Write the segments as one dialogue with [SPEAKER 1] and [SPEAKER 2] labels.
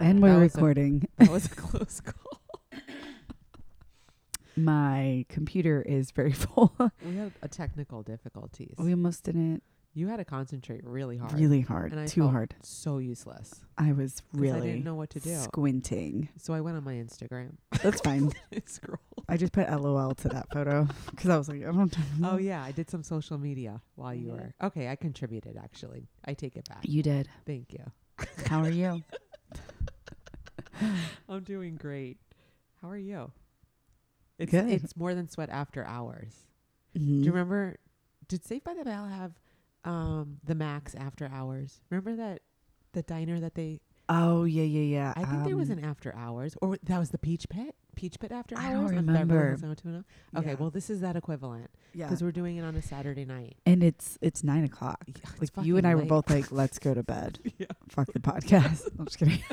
[SPEAKER 1] That
[SPEAKER 2] we're
[SPEAKER 1] was a-
[SPEAKER 2] recording.
[SPEAKER 1] That was a close call.
[SPEAKER 2] My computer is very full.
[SPEAKER 1] We had a technical difficulties.
[SPEAKER 2] we almost did it
[SPEAKER 1] you had to concentrate really hard.
[SPEAKER 2] really hard,
[SPEAKER 1] And I
[SPEAKER 2] too
[SPEAKER 1] felt
[SPEAKER 2] hard.
[SPEAKER 1] So useless.
[SPEAKER 2] I was
[SPEAKER 1] 'Cause
[SPEAKER 2] really
[SPEAKER 1] I didn't know what to do.
[SPEAKER 2] squinting.
[SPEAKER 1] so I went on my Instagram.
[SPEAKER 2] That's fine.
[SPEAKER 1] and scrolled.
[SPEAKER 2] I just put LOL to that photo because I was like, I don't know.
[SPEAKER 1] Oh yeah, I did some social media while you
[SPEAKER 2] Yeah.
[SPEAKER 1] were. Okay, I contributed actually. I take it back.
[SPEAKER 2] You did.
[SPEAKER 1] Thank you.
[SPEAKER 2] How are you?
[SPEAKER 1] I'm doing great. How are you? It's
[SPEAKER 2] Good.
[SPEAKER 1] it's more than sweat after hours.
[SPEAKER 2] Mm-hmm.
[SPEAKER 1] Do you remember? Did Saved by the Bell have um, the Max after hours? Remember that the diner that they?
[SPEAKER 2] Oh yeah, yeah, yeah.
[SPEAKER 1] I think there was
[SPEAKER 2] Um,
[SPEAKER 1] an after hours, or that was the Peach Pit. Peach Pit after hours.
[SPEAKER 2] I don't
[SPEAKER 1] on Beverly
[SPEAKER 2] remember.
[SPEAKER 1] Hills 90210? Okay,
[SPEAKER 2] yeah,
[SPEAKER 1] well this is that equivalent
[SPEAKER 2] yeah.
[SPEAKER 1] because we're doing it on a Saturday night.
[SPEAKER 2] And it's it's nine o'clock.
[SPEAKER 1] Yeah, it's
[SPEAKER 2] Like you and I
[SPEAKER 1] fucking
[SPEAKER 2] were
[SPEAKER 1] late.
[SPEAKER 2] both like, let's go to bed.
[SPEAKER 1] Yeah.
[SPEAKER 2] Fuck the podcast. I'm just kidding.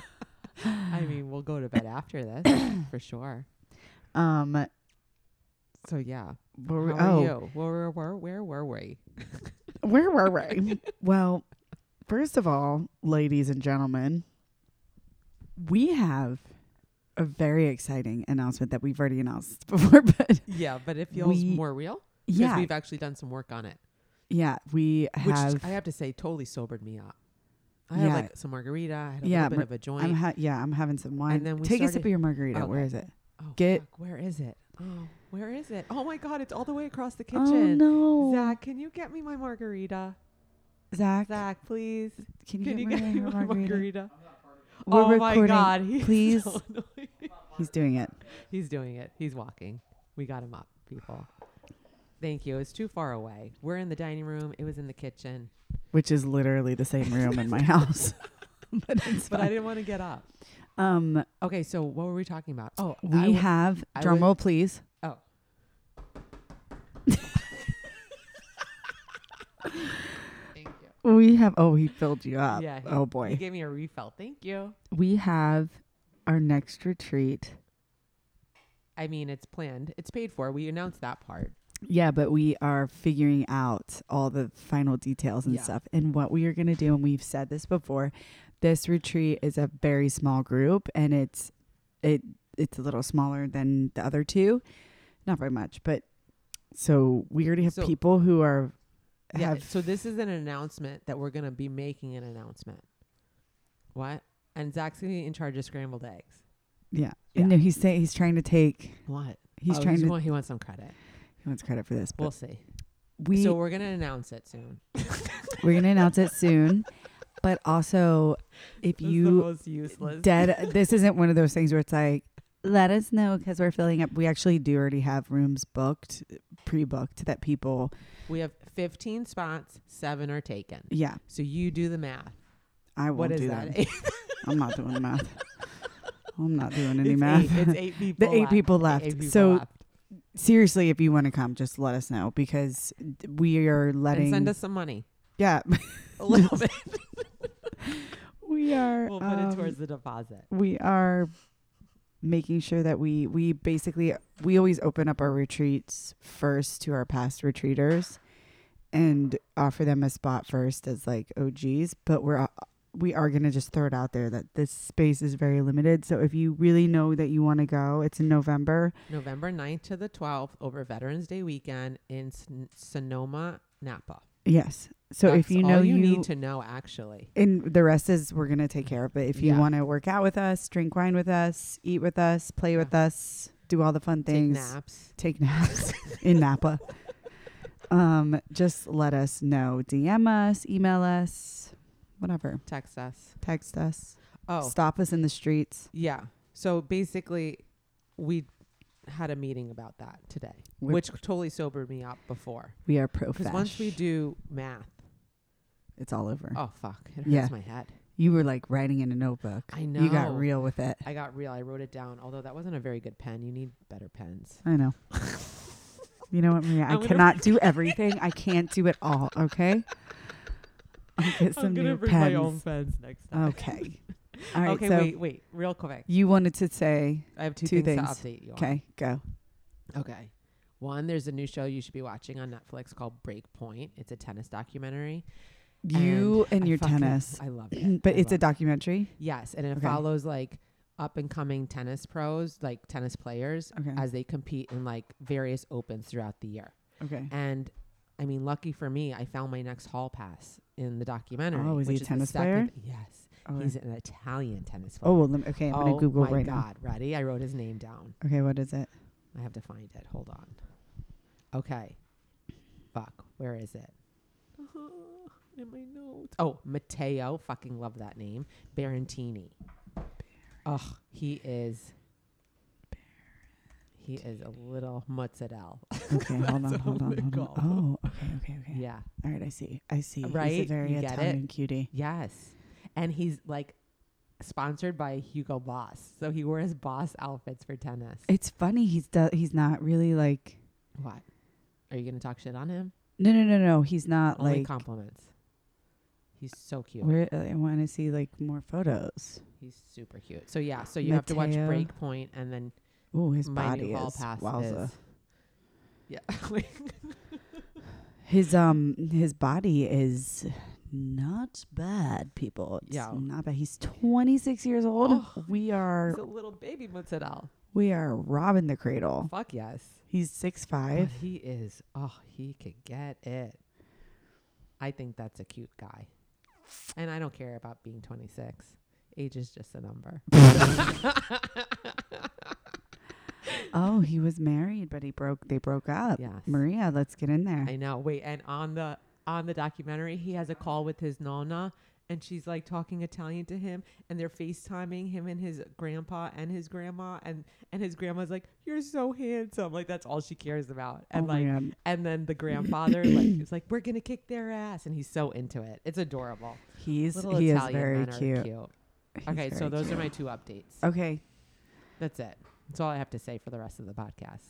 [SPEAKER 1] I mean, we'll go to bed after this for sure.
[SPEAKER 2] Um.
[SPEAKER 1] So yeah.
[SPEAKER 2] were we-
[SPEAKER 1] How
[SPEAKER 2] oh,
[SPEAKER 1] are you? Where, where, where, where were we?
[SPEAKER 2] Where were we? well, first of all, ladies and gentlemen, we have a very exciting announcement that we've already announced before, but
[SPEAKER 1] Yeah, but it feels
[SPEAKER 2] We-
[SPEAKER 1] more real because
[SPEAKER 2] yeah,
[SPEAKER 1] we've actually done some work on it,
[SPEAKER 2] yeah, we
[SPEAKER 1] which
[SPEAKER 2] have.
[SPEAKER 1] I have to say totally sobered me up. I
[SPEAKER 2] Yeah.
[SPEAKER 1] had like some margarita. I had a
[SPEAKER 2] Yeah,
[SPEAKER 1] little bit
[SPEAKER 2] mar-
[SPEAKER 1] of a joint.
[SPEAKER 2] I'm ha- yeah, I'm having some wine.
[SPEAKER 1] then we
[SPEAKER 2] Take a sip
[SPEAKER 1] started-
[SPEAKER 2] of your margarita. Where
[SPEAKER 1] Okay.
[SPEAKER 2] is it?
[SPEAKER 1] oh,
[SPEAKER 2] get-
[SPEAKER 1] fuck, where is it? Oh, where is it? Oh my god, it's all the way across the kitchen.
[SPEAKER 2] Oh no,
[SPEAKER 1] Zach, can you get me my margarita?
[SPEAKER 2] Zach,
[SPEAKER 1] Zach, please.
[SPEAKER 2] can you,
[SPEAKER 1] Can you
[SPEAKER 2] get,
[SPEAKER 1] get
[SPEAKER 2] my
[SPEAKER 1] me my
[SPEAKER 2] margarita?
[SPEAKER 1] margarita?
[SPEAKER 2] We're
[SPEAKER 1] oh
[SPEAKER 2] recording.
[SPEAKER 1] my god, he's
[SPEAKER 2] Please.
[SPEAKER 1] so annoying.
[SPEAKER 2] He's doing it.
[SPEAKER 1] He's doing it. He's walking. We got him up, people. Thank you. It's too far away. We're in the dining room. It was in the kitchen,
[SPEAKER 2] which is literally the same room in my house. but it's
[SPEAKER 1] but I
[SPEAKER 2] fine.
[SPEAKER 1] didn't want to get up.
[SPEAKER 2] um,
[SPEAKER 1] Okay, so what were we talking about? Oh, I
[SPEAKER 2] we
[SPEAKER 1] w-
[SPEAKER 2] have
[SPEAKER 1] I
[SPEAKER 2] drum
[SPEAKER 1] would-
[SPEAKER 2] roll, please.
[SPEAKER 1] Oh. Thank you.
[SPEAKER 2] We have. Oh, he filled you up.
[SPEAKER 1] Yeah, he-
[SPEAKER 2] oh
[SPEAKER 1] He
[SPEAKER 2] boy.
[SPEAKER 1] gave me a refill. Thank you.
[SPEAKER 2] we have our next retreat.
[SPEAKER 1] I mean, it's planned. It's paid for. We announced that part.
[SPEAKER 2] Yeah, but we are figuring out all the final details and
[SPEAKER 1] Yeah.
[SPEAKER 2] stuff and what we are going to do. And we've said this before. This retreat is a very small group, and it's it it's a little smaller than the other two, not by much. But so we already have
[SPEAKER 1] So-
[SPEAKER 2] people who are
[SPEAKER 1] Yeah.
[SPEAKER 2] have
[SPEAKER 1] so this is an announcement that we're gonna be making an announcement. What? And Zach's gonna be in charge of scrambled eggs.
[SPEAKER 2] Yeah.
[SPEAKER 1] Yeah.
[SPEAKER 2] No, he's saying he's trying to take.
[SPEAKER 1] What?
[SPEAKER 2] He's
[SPEAKER 1] Oh,
[SPEAKER 2] trying to.
[SPEAKER 1] want- he wants some credit.
[SPEAKER 2] He wants credit for this, but
[SPEAKER 1] We'll see.
[SPEAKER 2] we
[SPEAKER 1] so we're gonna announce it soon.
[SPEAKER 2] we're gonna announce it soon. But also, if you
[SPEAKER 1] most useless.
[SPEAKER 2] dead, this isn't one of those things where it's like, let us know because we're filling up. We actually do already have rooms booked, pre-booked that people.
[SPEAKER 1] we have 15 spots. Seven are taken.
[SPEAKER 2] Yeah,
[SPEAKER 1] So you do the math.
[SPEAKER 2] I won't
[SPEAKER 1] What is
[SPEAKER 2] do
[SPEAKER 1] that?
[SPEAKER 2] that. I'm not doing the math. I'm not doing any
[SPEAKER 1] it's
[SPEAKER 2] math.
[SPEAKER 1] Eight, it's eight people.
[SPEAKER 2] The eight
[SPEAKER 1] left.
[SPEAKER 2] people left.
[SPEAKER 1] Eight people
[SPEAKER 2] So
[SPEAKER 1] left.
[SPEAKER 2] Seriously, if you want to come, just let us know because we are letting.
[SPEAKER 1] and send us some money.
[SPEAKER 2] yeah,
[SPEAKER 1] A little bit.
[SPEAKER 2] we are.
[SPEAKER 1] We'll put it
[SPEAKER 2] um,
[SPEAKER 1] towards the deposit.
[SPEAKER 2] we are making sure that we we basically we always open up our retreats first to our past retreaters and offer them a spot first as like OGs but we're we are going to just throw it out there that this space is very limited so if you really know that you want to go it's in November
[SPEAKER 1] November 9th to the 12th over Veterans Day weekend in Son- Sonoma, Napa.
[SPEAKER 2] yes so
[SPEAKER 1] That's
[SPEAKER 2] if you know
[SPEAKER 1] all you, need to know, actually.
[SPEAKER 2] and the rest is we're going to take care of but if you
[SPEAKER 1] Yeah.
[SPEAKER 2] want to work out with us drink wine with us eat with us play with us do all the fun things
[SPEAKER 1] Take naps.
[SPEAKER 2] take naps in Napa. Um, just let us know. DM us, email us, whatever.
[SPEAKER 1] Text us.
[SPEAKER 2] Text us.
[SPEAKER 1] Oh,
[SPEAKER 2] Stop us in the streets.
[SPEAKER 1] yeah. So basically, we had a meeting about that today,
[SPEAKER 2] We're-
[SPEAKER 1] which totally sobered me up before.
[SPEAKER 2] We are pro
[SPEAKER 1] Because once we
[SPEAKER 2] Oh, fash.
[SPEAKER 1] do math,
[SPEAKER 2] it's all over.
[SPEAKER 1] oh, fuck. It hurts
[SPEAKER 2] Yeah.
[SPEAKER 1] my head.
[SPEAKER 2] You were like writing in a notebook.
[SPEAKER 1] I
[SPEAKER 2] You got
[SPEAKER 1] know.
[SPEAKER 2] real with it.
[SPEAKER 1] I got real. I wrote it down, although that wasn't a very good pen. You need better pens.
[SPEAKER 2] I know. you know what, Maria? I
[SPEAKER 1] I'm gonna-
[SPEAKER 2] cannot do everything. I can't do it all. Okay. I'll get some new pens.
[SPEAKER 1] pens next
[SPEAKER 2] Okay. All right.
[SPEAKER 1] okay,
[SPEAKER 2] so
[SPEAKER 1] wait, wait. Real quick.
[SPEAKER 2] you wanted to say,
[SPEAKER 1] I have two,
[SPEAKER 2] Two
[SPEAKER 1] things,
[SPEAKER 2] things.
[SPEAKER 1] to update you
[SPEAKER 2] okay, go.
[SPEAKER 1] on. Okay. One, there's a new show you should be watching on Netflix called Breakpoint. It's a tennis documentary.
[SPEAKER 2] You and,
[SPEAKER 1] I
[SPEAKER 2] your
[SPEAKER 1] fucking-
[SPEAKER 2] tennis.
[SPEAKER 1] I love it.
[SPEAKER 2] but
[SPEAKER 1] I
[SPEAKER 2] it's
[SPEAKER 1] love
[SPEAKER 2] a
[SPEAKER 1] it.
[SPEAKER 2] documentary.
[SPEAKER 1] Yes, and it
[SPEAKER 2] Okay.
[SPEAKER 1] follows like up and coming tennis pros, like tennis players,
[SPEAKER 2] Okay.
[SPEAKER 1] as they compete in like various opens throughout the year.
[SPEAKER 2] okay.
[SPEAKER 1] And I mean, lucky for me, I found my next hall pass in the documentary.
[SPEAKER 2] Oh, is he
[SPEAKER 1] which
[SPEAKER 2] a
[SPEAKER 1] the
[SPEAKER 2] tennis
[SPEAKER 1] second- Yes,
[SPEAKER 2] Okay.
[SPEAKER 1] he's an Italian tennis player.
[SPEAKER 2] oh, well, lem- okay. I'm going
[SPEAKER 1] Oh
[SPEAKER 2] to Google
[SPEAKER 1] my
[SPEAKER 2] right now.
[SPEAKER 1] God! Ready? I wrote his name down.
[SPEAKER 2] Okay, what is it?
[SPEAKER 1] I have to find it. Hold on. Okay. Fuck. Where is it? In my notes. Oh, Matteo. Fucking love that name. Barantini. Ugh, he is. He is a little mozzarella.
[SPEAKER 2] Okay, hold on,
[SPEAKER 1] That's what
[SPEAKER 2] hold on,
[SPEAKER 1] they
[SPEAKER 2] hold
[SPEAKER 1] call
[SPEAKER 2] on. Oh, okay, okay, okay.
[SPEAKER 1] Yeah.
[SPEAKER 2] All right, I see. I see. He's a
[SPEAKER 1] Right?
[SPEAKER 2] very
[SPEAKER 1] You get it?
[SPEAKER 2] Italian cutie.
[SPEAKER 1] Yes. And he's like sponsored by Hugo Boss. So he wears boss outfits for tennis.
[SPEAKER 2] It's funny. He's do- he's not really like.
[SPEAKER 1] What? Are you going to talk shit on him?
[SPEAKER 2] No, no, no, no. He's not
[SPEAKER 1] Only
[SPEAKER 2] like.
[SPEAKER 1] compliments. He's so cute.
[SPEAKER 2] Where I want to see like more photos.
[SPEAKER 1] He's super cute. So yeah, so you have to watch
[SPEAKER 2] Mateo.
[SPEAKER 1] Breakpoint and then
[SPEAKER 2] Oh, his
[SPEAKER 1] my
[SPEAKER 2] body
[SPEAKER 1] new hall
[SPEAKER 2] is
[SPEAKER 1] pass
[SPEAKER 2] wowza.
[SPEAKER 1] is. Yeah. like,
[SPEAKER 2] His um his body is not bad, people. It's
[SPEAKER 1] Yeah.
[SPEAKER 2] not bad. He's 26 years old. We are
[SPEAKER 1] he's a little baby mozzarella.
[SPEAKER 2] we are robbing the cradle.
[SPEAKER 1] Fuck yes.
[SPEAKER 2] He's six
[SPEAKER 1] But
[SPEAKER 2] five.
[SPEAKER 1] he is. Oh, he could get it. I think that's a cute guy. And I don't care about being 26. Age is just a number.
[SPEAKER 2] Oh, he was married, but he broke. They broke up.
[SPEAKER 1] Yes.
[SPEAKER 2] Maria, let's get in there.
[SPEAKER 1] I know. Wait, and on the on the documentary, he has a call with his nonna, and she's like talking Italian to him, and they're FaceTiming him and his grandpa and his grandma, and and his grandma's like, "You're so handsome," like that's all she cares about, and
[SPEAKER 2] oh
[SPEAKER 1] like,
[SPEAKER 2] my god,
[SPEAKER 1] and then the grandfather like is like, "We're gonna kick their ass," and he's so into it. It's adorable.
[SPEAKER 2] he's
[SPEAKER 1] Little
[SPEAKER 2] he
[SPEAKER 1] Italian
[SPEAKER 2] is very
[SPEAKER 1] men are
[SPEAKER 2] cute. He's
[SPEAKER 1] Okay, so
[SPEAKER 2] very
[SPEAKER 1] those
[SPEAKER 2] cute. Oh.
[SPEAKER 1] are my two updates.
[SPEAKER 2] Okay,
[SPEAKER 1] That's it. That's all I have to say for the rest of the podcast.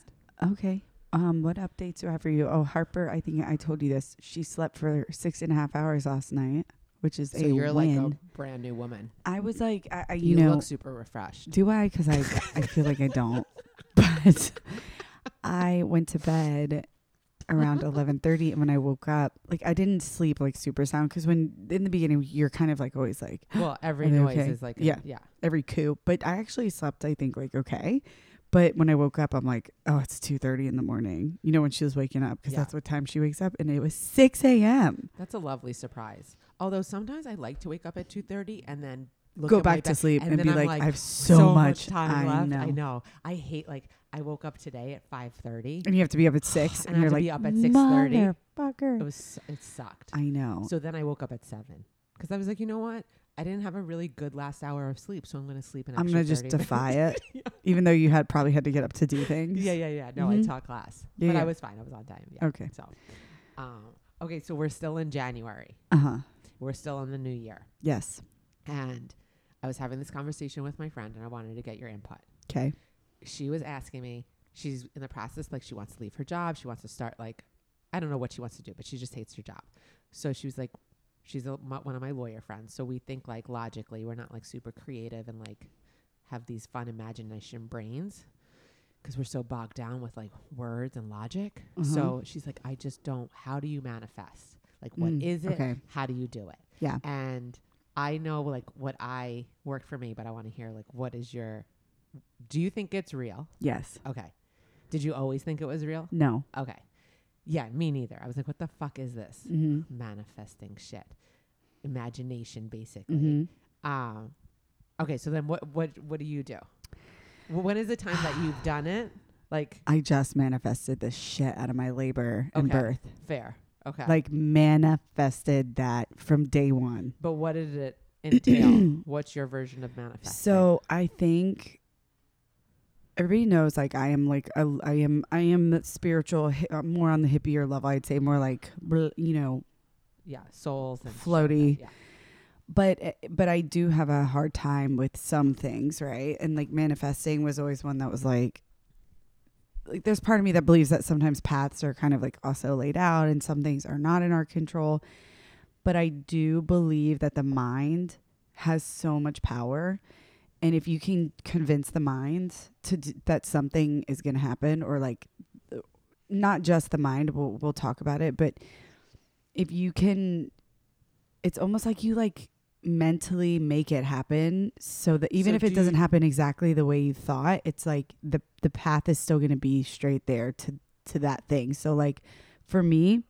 [SPEAKER 2] okay. Um, what updates do I have for you? Oh, Harper, I think I told you this. She slept for six and a half hours last night, which is
[SPEAKER 1] So
[SPEAKER 2] a
[SPEAKER 1] you're
[SPEAKER 2] win.
[SPEAKER 1] like a brand new woman.
[SPEAKER 2] I was like, I, I
[SPEAKER 1] You,
[SPEAKER 2] you, know,
[SPEAKER 1] look super refreshed.
[SPEAKER 2] do I? Because I, I feel like I don't. But I went to bed around 11:30, and when I woke up, like I didn't sleep like super sound because when in the beginning you're kind of like always like
[SPEAKER 1] Well, every
[SPEAKER 2] Are they
[SPEAKER 1] noise
[SPEAKER 2] okay?
[SPEAKER 1] is like, a-
[SPEAKER 2] Yeah.
[SPEAKER 1] yeah.
[SPEAKER 2] every coup, but I actually slept I think like okay. But when I woke up, I'm like, oh, it's 2:30 in the morning. You know when she was waking up because
[SPEAKER 1] Yeah.
[SPEAKER 2] that's what time she wakes up, and it was 6 a.m.
[SPEAKER 1] That's a lovely surprise. Although sometimes I like to wake up at two thirty and then look
[SPEAKER 2] Go
[SPEAKER 1] at my
[SPEAKER 2] back
[SPEAKER 1] ba-
[SPEAKER 2] to sleep and,
[SPEAKER 1] then
[SPEAKER 2] be
[SPEAKER 1] I'm
[SPEAKER 2] like, I have so, much,
[SPEAKER 1] time
[SPEAKER 2] I
[SPEAKER 1] left.
[SPEAKER 2] Know.
[SPEAKER 1] I know. I hate like I woke up today at five thirty.
[SPEAKER 2] And you have to be up at six,
[SPEAKER 1] And
[SPEAKER 2] and,
[SPEAKER 1] I
[SPEAKER 2] you're
[SPEAKER 1] have to
[SPEAKER 2] like,
[SPEAKER 1] be up at 6:30.
[SPEAKER 2] motherfucker.
[SPEAKER 1] It was it sucked.
[SPEAKER 2] I know.
[SPEAKER 1] So then I woke up at seven because I was like, you know what? I didn't have a really good last hour of sleep, so I'm going to sleep an
[SPEAKER 2] I'm
[SPEAKER 1] extra.
[SPEAKER 2] gonna just
[SPEAKER 1] 30
[SPEAKER 2] defy it,
[SPEAKER 1] Yeah.
[SPEAKER 2] even though you had probably had to get up to do things.
[SPEAKER 1] Yeah, yeah, yeah. No, I
[SPEAKER 2] Mhm.
[SPEAKER 1] taught class,
[SPEAKER 2] Yeah,
[SPEAKER 1] but I
[SPEAKER 2] yeah.
[SPEAKER 1] was fine. I was on time. Yeah.
[SPEAKER 2] Okay.
[SPEAKER 1] So, um, okay, so we're still in January.
[SPEAKER 2] Uh huh.
[SPEAKER 1] We're still in the new year.
[SPEAKER 2] Yes.
[SPEAKER 1] And I was having this conversation with my friend, and I wanted to get your input.
[SPEAKER 2] Okay.
[SPEAKER 1] She was asking me, she's in the process, like, she wants to leave her job. She wants to start, like, I don't know what she wants to do, but she just hates her job. So she was like, she's a, my, one of my lawyer friends. So we think, like, logically, we're not, like, super creative and, like, have these fun imagination brains because we're so bogged down with, like, words and logic.
[SPEAKER 2] Uh-huh.
[SPEAKER 1] So she's like, I just don't, how do you manifest? Like, what is
[SPEAKER 2] Mm,
[SPEAKER 1] it?
[SPEAKER 2] okay.
[SPEAKER 1] How do you do it?
[SPEAKER 2] Yeah.
[SPEAKER 1] and I know like what I worked for me, but I want to hear like what is your do you think it's real?
[SPEAKER 2] Yes.
[SPEAKER 1] Okay. Did you always think it was real?
[SPEAKER 2] No.
[SPEAKER 1] Okay. Yeah, me neither. I was like, what the fuck is this?
[SPEAKER 2] Mm-hmm.
[SPEAKER 1] Manifesting shit. Imagination basically.
[SPEAKER 2] Mm-hmm.
[SPEAKER 1] Um okay, so then what what what do you do? Wh- When is the time that you've done it? Like
[SPEAKER 2] I just manifested the shit out of my labor and
[SPEAKER 1] Okay.
[SPEAKER 2] birth.
[SPEAKER 1] fair. Okay.
[SPEAKER 2] Like manifested that from day one.
[SPEAKER 1] but what did it entail? What's your version of manifesting?
[SPEAKER 2] So I think everybody knows like I am like a, I am I am spiritual hi- uh, more on the hippier level. I'd say more like bl- you know
[SPEAKER 1] yeah, souls and shit like that,
[SPEAKER 2] Floaty.
[SPEAKER 1] Yeah.
[SPEAKER 2] but eh, but I do have a hard time with some things, right? And like manifesting was always one that was like like there's part of me that believes that sometimes paths are kind of like also laid out and some things are not in our control. But I do believe that the mind has so much power and if you can convince the mind to d- that something is going to happen or like uh, not just the mind we'll, we'll talk about it but if you can it's almost like you like mentally make it happen so that even
[SPEAKER 1] So
[SPEAKER 2] if it
[SPEAKER 1] do
[SPEAKER 2] doesn't
[SPEAKER 1] you-
[SPEAKER 2] happen exactly the way you thought it's like the the path is still going to be straight there to to that thing so like for me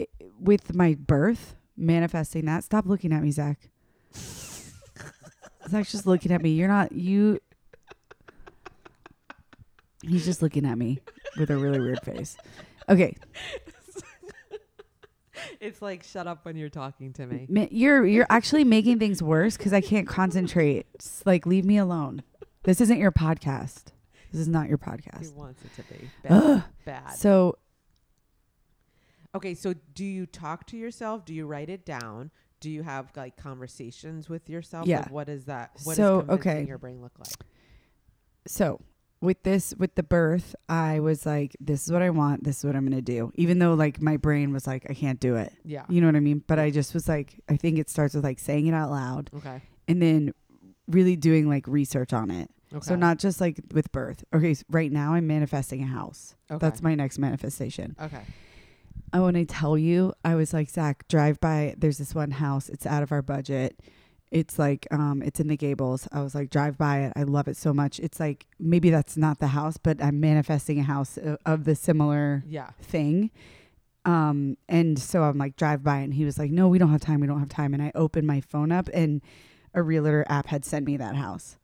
[SPEAKER 2] i with my birth manifesting that stop looking at me zach zach's just looking at me you're not you he's just looking at me with a really weird face okay
[SPEAKER 1] It's like shut up when you're talking to me.
[SPEAKER 2] Ma- You're you're actually making things worse because I can't concentrate. It's like, leave me alone. This isn't your podcast. This is not your
[SPEAKER 1] He
[SPEAKER 2] podcast.
[SPEAKER 1] wants it to be bad.
[SPEAKER 2] Ugh.
[SPEAKER 1] bad.
[SPEAKER 2] So
[SPEAKER 1] Okay, so do you talk to yourself? Do you write it down? Do you have like conversations with yourself?
[SPEAKER 2] Yeah.
[SPEAKER 1] Like, what is that? What does
[SPEAKER 2] So,
[SPEAKER 1] convincing
[SPEAKER 2] okay.
[SPEAKER 1] your brain look like?
[SPEAKER 2] so with this with the birth, I was like, this is what I want. This is what I'm gonna do. Even though like my brain was like, I can't do it.
[SPEAKER 1] Yeah.
[SPEAKER 2] You know what I mean? But I just was like, I think it starts with like saying it out loud
[SPEAKER 1] Okay.
[SPEAKER 2] and then really doing like research on it.
[SPEAKER 1] Okay.
[SPEAKER 2] So not just like with birth. Okay, so right now I'm manifesting a house.
[SPEAKER 1] okay.
[SPEAKER 2] That's my next manifestation.
[SPEAKER 1] okay.
[SPEAKER 2] I want to tell you, I was like, Zach, drive by. There's this one house. It's out of our budget. It's like, um, it's in the Gables. I was like, drive by it. I love it so much. It's like, maybe that's not the house, but I'm manifesting a house of, of the similar
[SPEAKER 1] Yeah.
[SPEAKER 2] thing. Um, and so I'm like, drive by. And he was like, no, we don't have time. We don't have time. And I opened my phone up and a realtor app had sent me that house.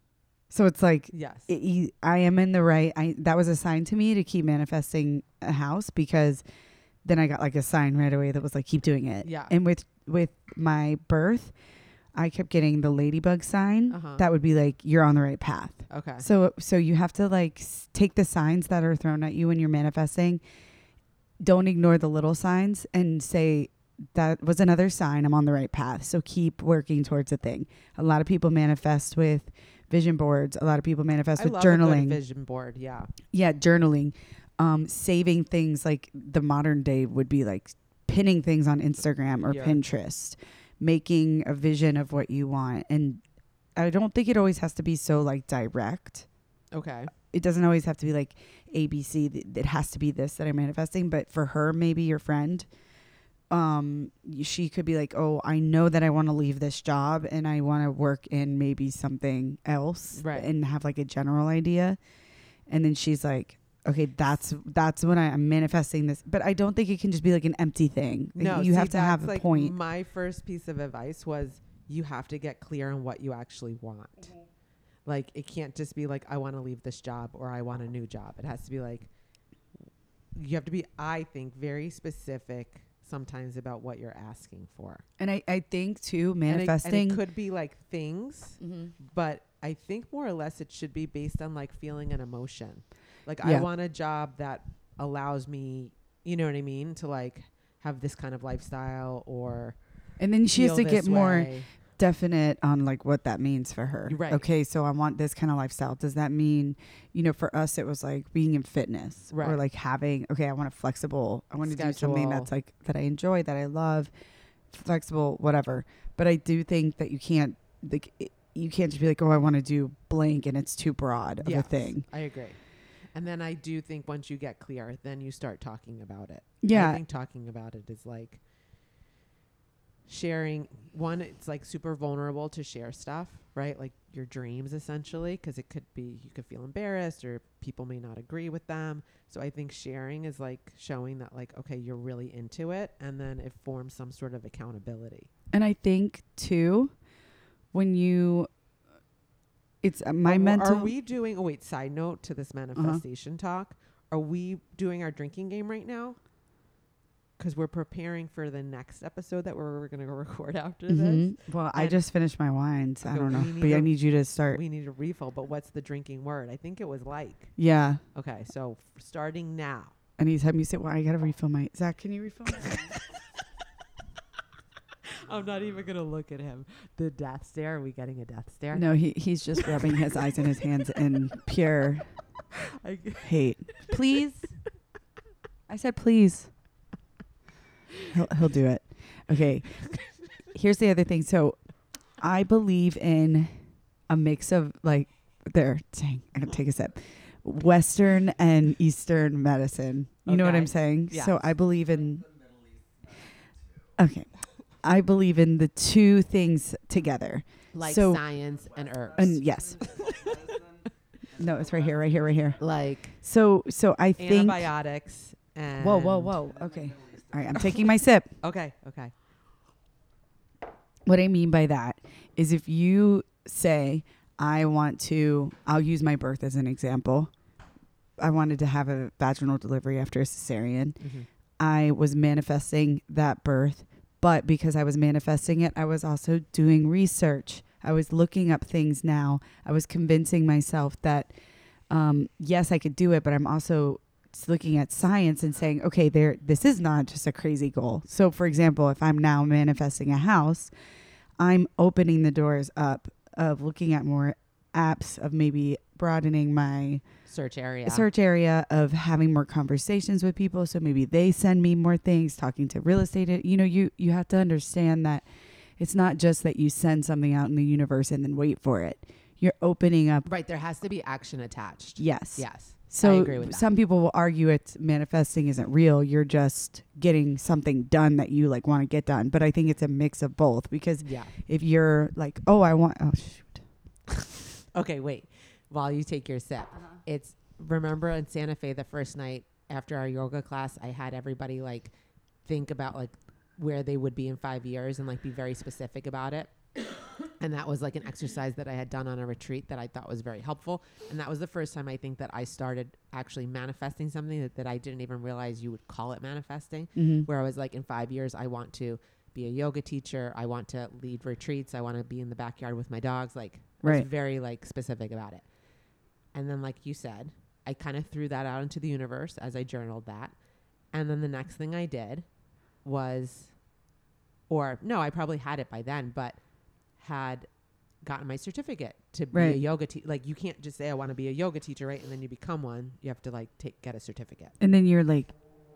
[SPEAKER 2] So it's like,
[SPEAKER 1] Yes.
[SPEAKER 2] it, you- I am in the right. I that was a sign to me to keep manifesting a house because then I got like a sign right away that was like keep doing it.
[SPEAKER 1] Yeah.
[SPEAKER 2] And with with my birth, I kept getting the ladybug sign.
[SPEAKER 1] Uh-huh.
[SPEAKER 2] That would be like you're on the right path.
[SPEAKER 1] okay.
[SPEAKER 2] So so you have to like s- take the signs that are thrown at you when you're manifesting. Don't ignore the little signs and say that was another sign I'm on the right path. So keep working towards a thing. A lot of people manifest with vision boards. A lot of people manifest
[SPEAKER 1] I
[SPEAKER 2] with
[SPEAKER 1] love a good
[SPEAKER 2] journaling.
[SPEAKER 1] vision board. Yeah.
[SPEAKER 2] yeah, journaling. Um, saving things like the modern day would be like pinning things on Instagram or
[SPEAKER 1] Yeah.
[SPEAKER 2] Pinterest, making a vision of what you want. And I don't think it always has to be so like direct
[SPEAKER 1] Okay.
[SPEAKER 2] it doesn't always have to be like ABC. th- It has to be this that I'm manifesting. But for her, maybe your friend, um, y- she could be like, "Oh, I know that I want to leave this job and I want to work in maybe something else,
[SPEAKER 1] Right.
[SPEAKER 2] And have like a general idea." And then she's like, "Okay, that's that's when I, I'm manifesting this." But I don't think it can just be like an empty thing. Like,
[SPEAKER 1] No,
[SPEAKER 2] you
[SPEAKER 1] see,
[SPEAKER 2] have to have
[SPEAKER 1] that's,
[SPEAKER 2] a
[SPEAKER 1] like
[SPEAKER 2] point.
[SPEAKER 1] My first piece of advice was you have to get clear on what you actually want. Like it can't just be like I want to leave this job or I want a new job. It has to be like you have to be I think very specific sometimes about what you're asking for.
[SPEAKER 2] And I, I think too,
[SPEAKER 1] And it-
[SPEAKER 2] manifesting. Mm-hmm.
[SPEAKER 1] and it could be like things, but I think more or less it should be based on like feeling an emotion. Like I
[SPEAKER 2] Yeah.
[SPEAKER 1] want a job that allows me, you know what I mean, to like have this kind of lifestyle or
[SPEAKER 2] and then she has
[SPEAKER 1] feel
[SPEAKER 2] to get
[SPEAKER 1] this
[SPEAKER 2] more.
[SPEAKER 1] way.
[SPEAKER 2] definite on like what that means for her.
[SPEAKER 1] You're right.
[SPEAKER 2] Okay, so I want this kind of lifestyle. Does that mean, you know, for us it was like being in fitness
[SPEAKER 1] Right.
[SPEAKER 2] or like having okay, I want a flexible. I want to do something
[SPEAKER 1] Schedule.
[SPEAKER 2] that's like that I enjoy, that I love, flexible, whatever. But I do think that you can't like it- you can't just be like, "Oh, I want to do blank," and it's too broad of
[SPEAKER 1] Yes,
[SPEAKER 2] a thing.
[SPEAKER 1] I agree. And then I do think once you get clear, then you start talking about it. I
[SPEAKER 2] Yeah.
[SPEAKER 1] think talking about it is like sharing one it's like super vulnerable to share stuff, right? Like your dreams essentially because it could be you could feel embarrassed or people may not agree with them. So I think sharing is like showing that like okay, you're really into it and then it forms some sort of accountability.
[SPEAKER 2] And I think too when you it's uh, my
[SPEAKER 1] Are-
[SPEAKER 2] mental Uh-huh.
[SPEAKER 1] Are we doing? Oh wait, side note to this manifestation talk. Are we doing our drinking game right now? Because we're preparing for the next episode that we're, going to record after this.
[SPEAKER 2] Mhm. Well, I
[SPEAKER 1] And-
[SPEAKER 2] just finished my wines. I
[SPEAKER 1] Okay,
[SPEAKER 2] don't
[SPEAKER 1] we
[SPEAKER 2] know,
[SPEAKER 1] need
[SPEAKER 2] but I
[SPEAKER 1] to-
[SPEAKER 2] need you to start.
[SPEAKER 1] We need a refill, but what's the drinking word? I think it was like.
[SPEAKER 2] yeah.
[SPEAKER 1] Okay, so f- starting now.
[SPEAKER 2] Anytime you say, "Well, I gotta refill my," Zach, can you refill? My
[SPEAKER 1] I'm not even going to look at him. The death stare. Are we getting a death stare?
[SPEAKER 2] no, he he's just rubbing his eyes and his hands in pure
[SPEAKER 1] I,
[SPEAKER 2] hate. Please, I said please. He'll he'll do it. Okay. Here's the other thing. So, I believe in a mix of like there. Dang, I gotta take a sip. Western and Eastern medicine. You know what
[SPEAKER 1] Okay.
[SPEAKER 2] I'm saying?
[SPEAKER 1] Yes.
[SPEAKER 2] So I believe in. Okay. I believe in the two things together.
[SPEAKER 1] Like
[SPEAKER 2] So-
[SPEAKER 1] science and herbs.
[SPEAKER 2] And yes. no, it's right here, right here, right here.
[SPEAKER 1] like
[SPEAKER 2] So so I think
[SPEAKER 1] antibiotics and
[SPEAKER 2] Whoa, whoa, whoa. Okay. All right, I'm taking my sip.
[SPEAKER 1] Okay, okay.
[SPEAKER 2] What I mean by that is if you say, I want to, I'll use my birth as an example. I wanted to have a vaginal delivery after a cesarean.
[SPEAKER 1] Mm-hmm.
[SPEAKER 2] I was manifesting that birth, but because I was manifesting it, I was also doing research. I was looking up things now. I was convincing myself that, um, yes, I could do it, but I'm also s- looking at science and saying, okay, there, this is not just a crazy goal. So, for example, if I'm now manifesting a house, I'm opening the doors up of looking at more apps of maybe broadening my
[SPEAKER 1] Search area.
[SPEAKER 2] search area of having more conversations with people so maybe they send me more things talking to real estate a- you know you you have to understand that it's not just that you send something out in the universe and then wait for it you're opening up
[SPEAKER 1] Right, there has to be action attached.
[SPEAKER 2] yes
[SPEAKER 1] Yes.
[SPEAKER 2] so
[SPEAKER 1] I agree with that.
[SPEAKER 2] some people will argue it's manifesting isn't real you're just getting something done that you like want to get done but i think it's a mix of both because
[SPEAKER 1] Yeah.
[SPEAKER 2] if you're like oh i want oh shoot
[SPEAKER 1] Okay, wait. While you take your sip, it's remember in Santa Fe the first night after our yoga class, I had everybody like think about like where they would be in five years and like be very specific about it. and that was like an exercise that I had done on a retreat that I thought was very helpful. And that was the first time I think that I started actually manifesting something that, that I didn't even realize you would call it manifesting.
[SPEAKER 2] Mhm.
[SPEAKER 1] Where I was like, in five years, I want to be a yoga teacher. I want to lead retreats. I want to be in the backyard with my dogs. Like, I was
[SPEAKER 2] Right.
[SPEAKER 1] very like specific about it. And then, like you said, I kind of threw that out into the universe as I journaled that. And then the next thing I did was, or no, I probably had it by then, but had gotten my certificate to be a
[SPEAKER 2] Right.
[SPEAKER 1] yoga teacher. Like, you can't just say, I want to be a yoga teacher, right? And then you become one. You have to like take, get a certificate.
[SPEAKER 2] and then you're like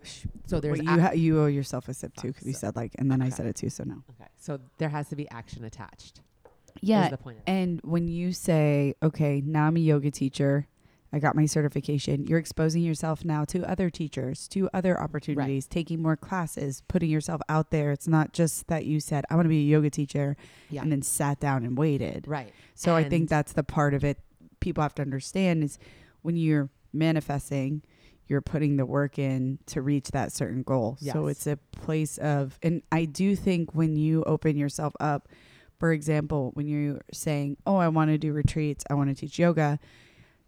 [SPEAKER 2] sh-
[SPEAKER 1] So there's
[SPEAKER 2] Wait,
[SPEAKER 1] ac-
[SPEAKER 2] you, ha- you owe yourself a sip too because you
[SPEAKER 1] So-
[SPEAKER 2] said like, and then I
[SPEAKER 1] okay.
[SPEAKER 2] said it too, so no.
[SPEAKER 1] okay. So there has to be action attached. Is
[SPEAKER 2] Yeah.
[SPEAKER 1] the point of it.
[SPEAKER 2] And when you say, okay, now I'm a yoga teacher, I got my certification, you're exposing yourself now to other teachers, to other opportunities, taking more classes, putting yourself out there. It's not just that you said, I want to be a yoga teacher
[SPEAKER 1] Yeah.
[SPEAKER 2] and then sat down and waited.
[SPEAKER 1] Right.
[SPEAKER 2] So I
[SPEAKER 1] And-
[SPEAKER 2] think that's the part of it people have to understand is when you're manifesting, you're putting the work in to reach that certain goal. So
[SPEAKER 1] Yes.
[SPEAKER 2] it's a place of, and I do think when you open yourself up, for example, when you're saying, Oh, I want to do retreats, I want to teach yoga,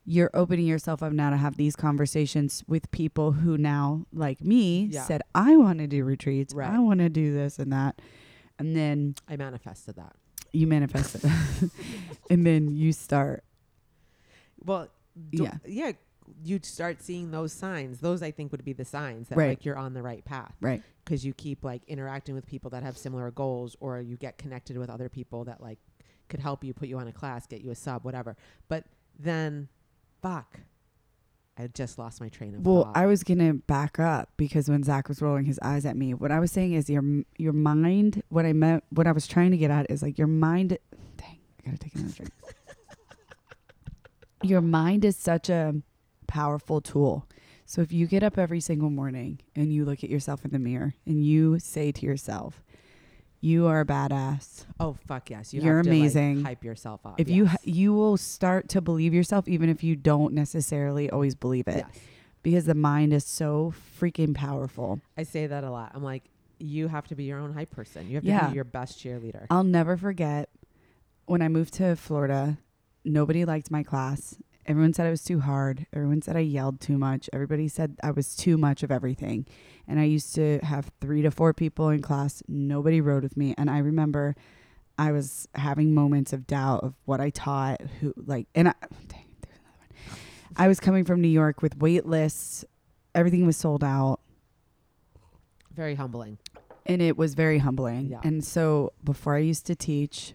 [SPEAKER 2] you're opening yourself up now to have these conversations with people who now, like me,
[SPEAKER 1] Yeah.
[SPEAKER 2] said, I want to do retreats,
[SPEAKER 1] Right.
[SPEAKER 2] I want to do this and that. And then
[SPEAKER 1] I manifested that.
[SPEAKER 2] you manifest it. and then you start
[SPEAKER 1] Well, do-
[SPEAKER 2] Yeah.
[SPEAKER 1] yeah, you'd start seeing those signs. Those I think would be the signs that
[SPEAKER 2] Right.
[SPEAKER 1] like you're on the right path
[SPEAKER 2] Right.
[SPEAKER 1] because you keep like interacting with people that have similar goals, or you get connected with other people that like could help you, put you on a class, get you a sub, whatever. But then, fuck, I just lost my train of
[SPEAKER 2] Well,
[SPEAKER 1] thought.
[SPEAKER 2] I was gonna back up because when Zach was rolling his eyes at me, what I was saying is your your mind. What I meant, what I was trying to get at is like your mind. Dang, I gotta take another drink. your mind is such a powerful tool. So if you get up every single morning and you look at yourself in the mirror and you say to yourself, "You are a badass."
[SPEAKER 1] oh fuck yes, you
[SPEAKER 2] You're
[SPEAKER 1] have to, like,
[SPEAKER 2] amazing.
[SPEAKER 1] hype yourself up.
[SPEAKER 2] If you
[SPEAKER 1] yes.
[SPEAKER 2] you will start to believe yourself, even if you don't necessarily always believe it,
[SPEAKER 1] Yes.
[SPEAKER 2] because the mind is so freaking powerful.
[SPEAKER 1] I say that a lot. I'm like, you have to be your own hype person. You have to
[SPEAKER 2] Yeah. Um,
[SPEAKER 1] be your best cheerleader.
[SPEAKER 2] I'll never forget when I moved to Florida, nobody liked my class. Everyone said I was too hard. Everyone said I yelled too much. Everybody said I was too much of everything. And I used to have three to four people in class. Nobody rode with me. And I remember I was having moments of doubt of what I taught, who, like, and I, dang, there's another one. I was coming from New York with wait lists, everything was sold out
[SPEAKER 1] Very humbling.
[SPEAKER 2] and it was very humbling.
[SPEAKER 1] Yeah.
[SPEAKER 2] And so before I used to teach,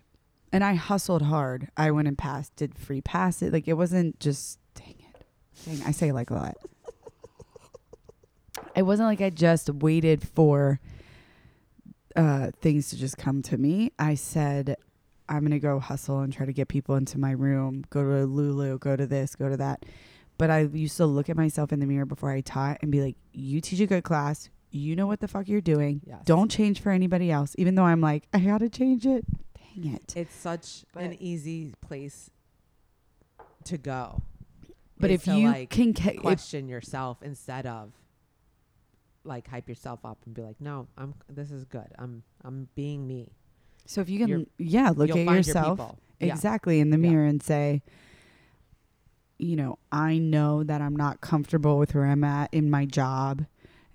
[SPEAKER 2] and I hustled hard. I went and passed, did free pass it. Like it wasn't just dang it, dang. I say like a lot. it wasn't like I just waited for uh, things to just come to me. I said, I'm gonna go hustle and try to get people into my room. Go to Lulu. Go to this. Go to that. But I used to look at myself in the mirror before I taught and be like, "You teach a good class. you know what the fuck you're doing.
[SPEAKER 1] Yes.
[SPEAKER 2] Don't change for anybody else, even though I'm like, I gotta change it. Dang it.
[SPEAKER 1] It's such
[SPEAKER 2] But-
[SPEAKER 1] an easy place to go.
[SPEAKER 2] But
[SPEAKER 1] is
[SPEAKER 2] if
[SPEAKER 1] to,
[SPEAKER 2] you
[SPEAKER 1] like,
[SPEAKER 2] can ca- if
[SPEAKER 1] question yourself instead of like hype yourself up and be like, no, I'm this is good. I'm I'm being me.
[SPEAKER 2] So if you can,
[SPEAKER 1] You're-
[SPEAKER 2] yeah, look
[SPEAKER 1] You'll
[SPEAKER 2] at
[SPEAKER 1] find
[SPEAKER 2] yourself
[SPEAKER 1] Your people. Yeah.
[SPEAKER 2] exactly in the
[SPEAKER 1] Yeah.
[SPEAKER 2] mirror and say, you know, I know that I'm not comfortable with where I'm at in my job,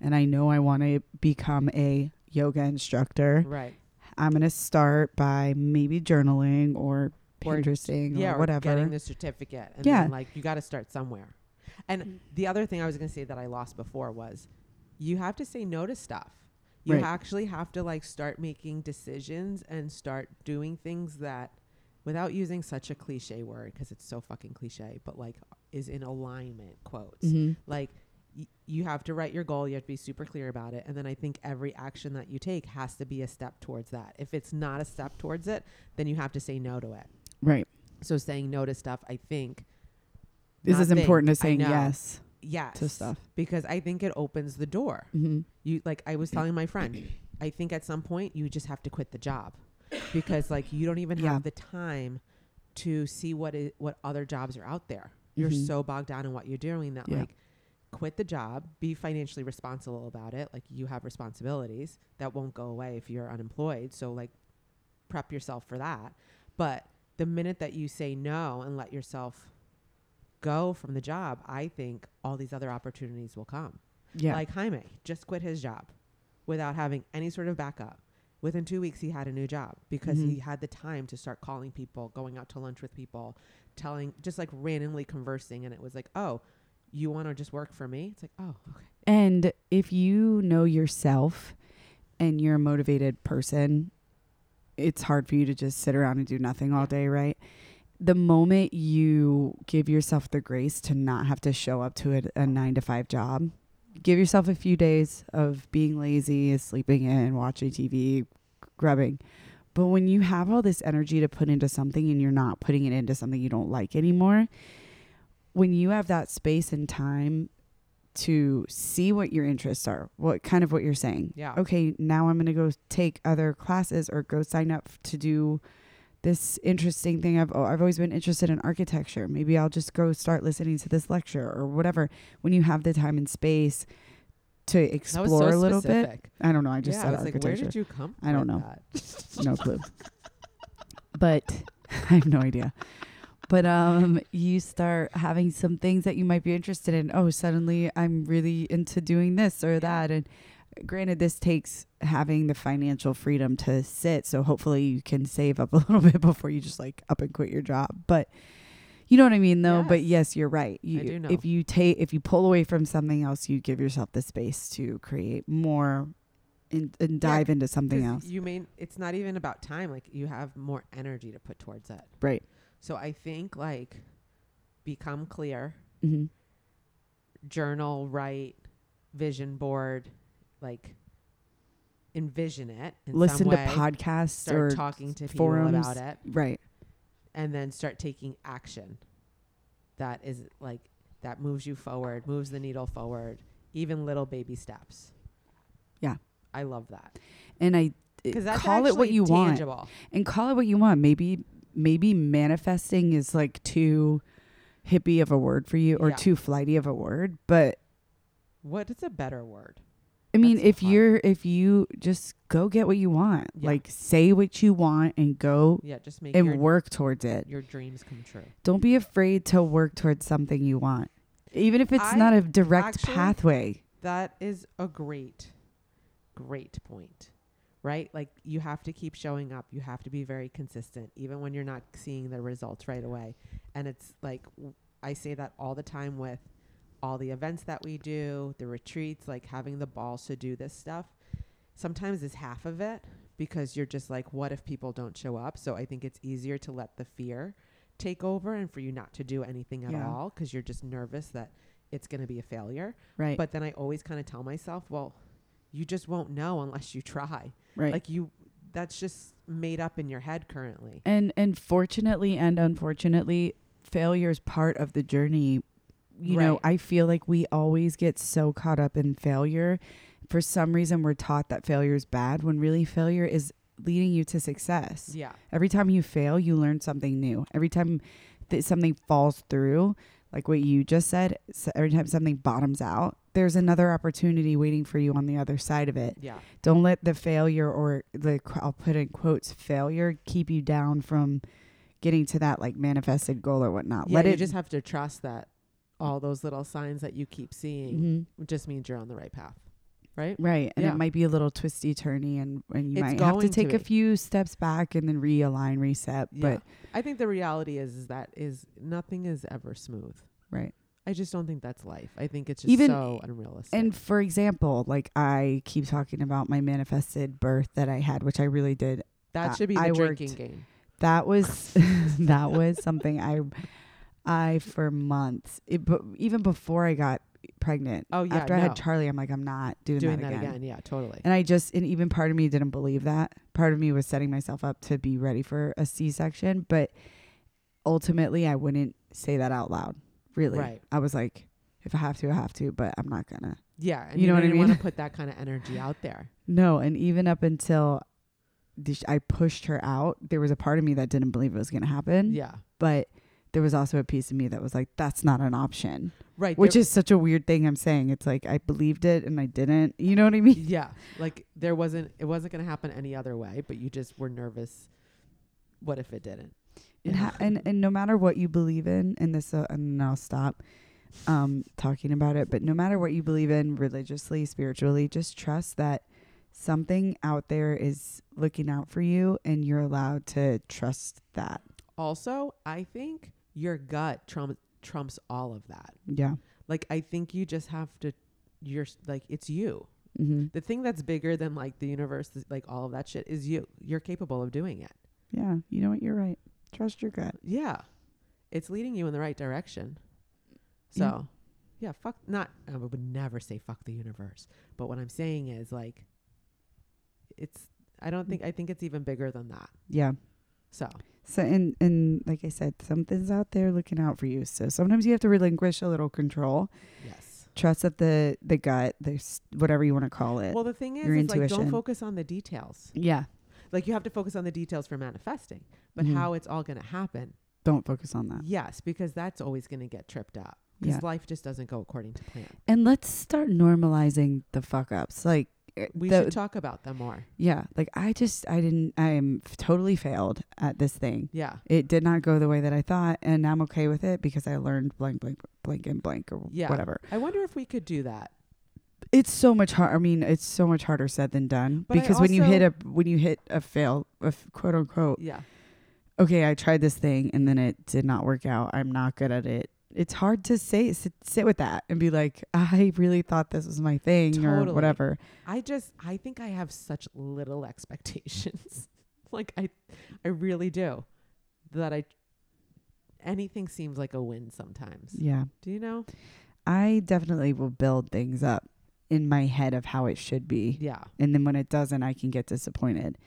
[SPEAKER 2] and I know I want to become a yoga instructor.
[SPEAKER 1] Right.
[SPEAKER 2] I'm gonna start by maybe journaling or
[SPEAKER 1] Or-
[SPEAKER 2] Pinteresting
[SPEAKER 1] yeah,
[SPEAKER 2] or
[SPEAKER 1] Getting
[SPEAKER 2] whatever.
[SPEAKER 1] the certificate. And
[SPEAKER 2] Yeah.
[SPEAKER 1] then, like you got to start somewhere.
[SPEAKER 2] Mm.
[SPEAKER 1] And the other thing I was going to say that I lost before was you have to say no to stuff. You
[SPEAKER 2] Right.
[SPEAKER 1] actually have to like start making decisions and start doing things that without using such a cliche word because it's so fucking cliche, but like is in alignment quotes.
[SPEAKER 2] Mhm.
[SPEAKER 1] Like y- you have to write your goal, you have to be super clear about it, and then I think every action that you take has to be a step towards that. If it's not a step towards it, then you have to say no to it.
[SPEAKER 2] Right.
[SPEAKER 1] So saying no to stuff, I think.
[SPEAKER 2] This
[SPEAKER 1] not
[SPEAKER 2] is
[SPEAKER 1] think,
[SPEAKER 2] important
[SPEAKER 1] I
[SPEAKER 2] to saying
[SPEAKER 1] know.
[SPEAKER 2] yes
[SPEAKER 1] Yes.
[SPEAKER 2] to stuff.
[SPEAKER 1] Because I think it opens the door.
[SPEAKER 2] hmm
[SPEAKER 1] You like I was telling my friend, I think at some point you just have to quit the job. Because like you don't even
[SPEAKER 2] Yeah.
[SPEAKER 1] have the time to see what is what other jobs are out there. You're
[SPEAKER 2] Mhm.
[SPEAKER 1] so bogged down in what you're doing that
[SPEAKER 2] Yeah.
[SPEAKER 1] like quit the job, be financially responsible about it. Like you have responsibilities that won't go away if you're unemployed. So like prep yourself for that. But the minute that you say no and let yourself go from the job, I think all these other opportunities will come.
[SPEAKER 2] Yeah.
[SPEAKER 1] Like Jaime just quit his job without having any sort of backup. Within two weeks, he had a new job because
[SPEAKER 2] Mhm.
[SPEAKER 1] he had the time to start calling people, going out to lunch with people, telling, just like randomly conversing. And it was like, oh, you want to just work for me? It's like, oh, okay.
[SPEAKER 2] And if you know yourself and you're a motivated person, it's hard for you to just sit around and do nothing all day, right? The moment you give yourself the grace to not have to show up to a, a nine to five job, give yourself a few days of being lazy, sleeping in, watching TV, grubbing. But when you have all this energy to put into something and you're not putting it into something you don't like anymore, when you have that space and time to see what your interests are, what kind of what you're saying.
[SPEAKER 1] Yeah.
[SPEAKER 2] Okay, now I'm going to go take other classes or go sign up to do this interesting thing I've oh, I've always been interested in architecture. Maybe I'll just go start listening to this lecture or whatever. When you have the time and space to
[SPEAKER 1] That
[SPEAKER 2] explore
[SPEAKER 1] was so
[SPEAKER 2] a little bit.
[SPEAKER 1] specific.
[SPEAKER 2] I don't know, I just
[SPEAKER 1] yeah,
[SPEAKER 2] said
[SPEAKER 1] I was like,
[SPEAKER 2] architecture.
[SPEAKER 1] where did you come
[SPEAKER 2] I don't
[SPEAKER 1] with
[SPEAKER 2] know.
[SPEAKER 1] that?
[SPEAKER 2] no clue. But I have no idea. But um, you start having some things that you might be interested in. Oh, suddenly I'm really into doing this or that. And granted, this takes having the financial freedom to sit. So hopefully you can save up a little bit before you just like up and quit your job. But you know what I mean, though. But yes, you're right. You,
[SPEAKER 1] do know.
[SPEAKER 2] If you take, if you pull away from something else, you give yourself the space to create more and, and
[SPEAKER 1] Yeah,
[SPEAKER 2] dive into something
[SPEAKER 1] 'Cause
[SPEAKER 2] else.
[SPEAKER 1] You mean it's not even about time. Like you have more energy to put towards it.
[SPEAKER 2] Right.
[SPEAKER 1] So I think like become clear,
[SPEAKER 2] hmm
[SPEAKER 1] journal, write, vision board, like envision it. In
[SPEAKER 2] listen
[SPEAKER 1] some
[SPEAKER 2] to
[SPEAKER 1] way,
[SPEAKER 2] podcasts or
[SPEAKER 1] Start talking to people
[SPEAKER 2] forums.
[SPEAKER 1] about it,
[SPEAKER 2] right
[SPEAKER 1] and then start taking action. That is like that moves you forward, moves the needle forward, even little baby steps.
[SPEAKER 2] Yeah.
[SPEAKER 1] I love that
[SPEAKER 2] and i
[SPEAKER 1] because that's
[SPEAKER 2] call it what
[SPEAKER 1] actually
[SPEAKER 2] you want
[SPEAKER 1] tangible.
[SPEAKER 2] and call it what you want maybe maybe manifesting is like too hippie of a word for you or
[SPEAKER 1] Yeah.
[SPEAKER 2] too flighty of a word but
[SPEAKER 1] What is a better word?
[SPEAKER 2] i mean
[SPEAKER 1] That's
[SPEAKER 2] if
[SPEAKER 1] hard.
[SPEAKER 2] you're if you just go get what you want
[SPEAKER 1] Yeah.
[SPEAKER 2] like say what you want and go
[SPEAKER 1] Yeah, just make
[SPEAKER 2] and
[SPEAKER 1] your,
[SPEAKER 2] work towards it
[SPEAKER 1] your dreams come true.
[SPEAKER 2] don't be afraid to work towards something you want even if it's
[SPEAKER 1] I
[SPEAKER 2] not a direct
[SPEAKER 1] actually-
[SPEAKER 2] pathway
[SPEAKER 1] That is a great, great point, right? Like you have to keep showing up. You have to be very consistent, even when you're not seeing the results right away. And it's like w- I say that all the time with all the events that we do, the retreats, like having the balls to do this stuff. Sometimes is half of it because you're just like, what if people don't show up? So I think it's easier to let the fear take over and for you not to do anything at all
[SPEAKER 2] Yeah.
[SPEAKER 1] all because you're just nervous that it's going to be a failure.
[SPEAKER 2] right
[SPEAKER 1] But then I always kind of tell myself, well, you just won't know unless you try.
[SPEAKER 2] right
[SPEAKER 1] Like you, that's just made up in your head currently.
[SPEAKER 2] And and fortunately and unfortunately, failure is part of the journey. You know,
[SPEAKER 1] Right.
[SPEAKER 2] I feel like we always get so caught up in failure for some reason we're taught that failure is bad when really failure is leading you to success.
[SPEAKER 1] Yeah.
[SPEAKER 2] Every time you fail, you learn something new. Every time that something falls through, like what you just said, so every time something bottoms out, there's another opportunity waiting for you on the other side of it.
[SPEAKER 1] Yeah.
[SPEAKER 2] Don't let the failure or the qu- I'll put in quotes failure keep you down from getting to that like manifested goal or whatnot.
[SPEAKER 1] yeah
[SPEAKER 2] let
[SPEAKER 1] you
[SPEAKER 2] it
[SPEAKER 1] just have to trust that all those little signs that you keep seeing
[SPEAKER 2] Mhm.
[SPEAKER 1] just means you're on the right path. Right?
[SPEAKER 2] Right. And
[SPEAKER 1] Yeah.
[SPEAKER 2] it might be a little twisty turny and, and you
[SPEAKER 1] It's
[SPEAKER 2] might have to
[SPEAKER 1] going to
[SPEAKER 2] take a
[SPEAKER 1] be.
[SPEAKER 2] few steps back and then realign, reset.
[SPEAKER 1] Yeah.
[SPEAKER 2] But
[SPEAKER 1] I think the reality is, is that is nothing is ever smooth.
[SPEAKER 2] right.
[SPEAKER 1] I just don't think that's life. I think it's just
[SPEAKER 2] Even-
[SPEAKER 1] so unrealistic.
[SPEAKER 2] And for example, like I keep talking about my manifested birth that I had, which I really did.
[SPEAKER 1] that
[SPEAKER 2] I-
[SPEAKER 1] should be the
[SPEAKER 2] I worked-
[SPEAKER 1] drinking game.
[SPEAKER 2] That was that was something I I for months. It, but even before I got pregnant.
[SPEAKER 1] Oh, yeah,
[SPEAKER 2] After I
[SPEAKER 1] no.
[SPEAKER 2] had Charlie, I'm like, I'm not doing,
[SPEAKER 1] Doing
[SPEAKER 2] that, again.
[SPEAKER 1] Yeah, totally.
[SPEAKER 2] And I just, and even part of me didn't believe that. Part of me was setting myself up to be ready for a C section, but ultimately I wouldn't say that out loud, really.
[SPEAKER 1] Right.
[SPEAKER 2] I was like, if I have to, I have to, but I'm not gonna.
[SPEAKER 1] Yeah. And
[SPEAKER 2] You know what I
[SPEAKER 1] didn't want to
[SPEAKER 2] mean?
[SPEAKER 1] put that kind of energy out there.
[SPEAKER 2] No, and even up until the sh- I pushed her out, there was a part of me that didn't believe it was gonna happen.
[SPEAKER 1] Yeah.
[SPEAKER 2] But there was also a piece of me that was like, that's not an option,
[SPEAKER 1] Right.
[SPEAKER 2] which
[SPEAKER 1] there-
[SPEAKER 2] is such a weird thing I'm saying. It's like, I believed it and I didn't. You know what I mean?
[SPEAKER 1] yeah. Like there wasn't, it wasn't going to happen any other way, but you just were nervous. What if it didn't? Yeah.
[SPEAKER 2] and, ha- and and no matter what you believe in and this uh, and then i'll stop um talking about it but no matter what you believe in religiously spiritually just trust that something out there is looking out for you and you're allowed to trust that
[SPEAKER 1] Also, I think your gut trump, trumps all of that.
[SPEAKER 2] yeah
[SPEAKER 1] Like, I think you just have to, you're s- like, it's you.
[SPEAKER 2] mm-hmm.
[SPEAKER 1] The thing that's bigger than like the universe, th- like all of that shit is you. You're capable of doing it.
[SPEAKER 2] yeah you know what you're right trust your gut
[SPEAKER 1] Yeah. It's leading you in the right direction. So,
[SPEAKER 2] Yeah.
[SPEAKER 1] yeah, fuck not I would never say fuck the universe, but what I'm saying is like it's I don't think I think it's even bigger than that.
[SPEAKER 2] yeah
[SPEAKER 1] So,
[SPEAKER 2] so and and like i said something's out there looking out for you so sometimes you have to relinquish a little control
[SPEAKER 1] yes.
[SPEAKER 2] trust that the the gut there's whatever you want to call it
[SPEAKER 1] Well, the thing is,
[SPEAKER 2] Uh, Your
[SPEAKER 1] is like don't
[SPEAKER 2] intuition.
[SPEAKER 1] focus on the details.
[SPEAKER 2] yeah
[SPEAKER 1] Like you have to focus on the details for manifesting, but
[SPEAKER 2] Mhm.
[SPEAKER 1] how it's all going to happen.
[SPEAKER 2] don't focus on that
[SPEAKER 1] Yes, because that's always going to get tripped up. Because
[SPEAKER 2] Uh. Yeah.
[SPEAKER 1] life just doesn't go according to plan.
[SPEAKER 2] And let's start normalizing the fuck ups. Like uh,
[SPEAKER 1] We
[SPEAKER 2] the-
[SPEAKER 1] should talk about them more.
[SPEAKER 2] yeah, like I just I didn't I am f- totally failed at this thing.
[SPEAKER 1] Yeah.
[SPEAKER 2] It did not go the way that I thought, and I'm okay with it because I learned blank, blank, blank, and blank, or
[SPEAKER 1] Yeah.
[SPEAKER 2] whatever.
[SPEAKER 1] I wonder if we could do that.
[SPEAKER 2] It's so much hard. I mean, it's so much harder said than done
[SPEAKER 1] But I
[SPEAKER 2] because when you
[SPEAKER 1] also-
[SPEAKER 2] hit a when you hit a fail, a f- quote unquote,
[SPEAKER 1] Yeah.
[SPEAKER 2] okay, I tried this thing and then it did not work out. I'm not good at it. It's hard to say sit, sit with that and be like, I really thought this was my thing
[SPEAKER 1] Totally.
[SPEAKER 2] or whatever.
[SPEAKER 1] I just I think I have such little expectations. like I I really do. That I anything seems like a win sometimes.
[SPEAKER 2] Yeah.
[SPEAKER 1] Do you know?
[SPEAKER 2] I definitely will build things up in my head of how it should be.
[SPEAKER 1] Yeah.
[SPEAKER 2] And then when it doesn't, I can get disappointed.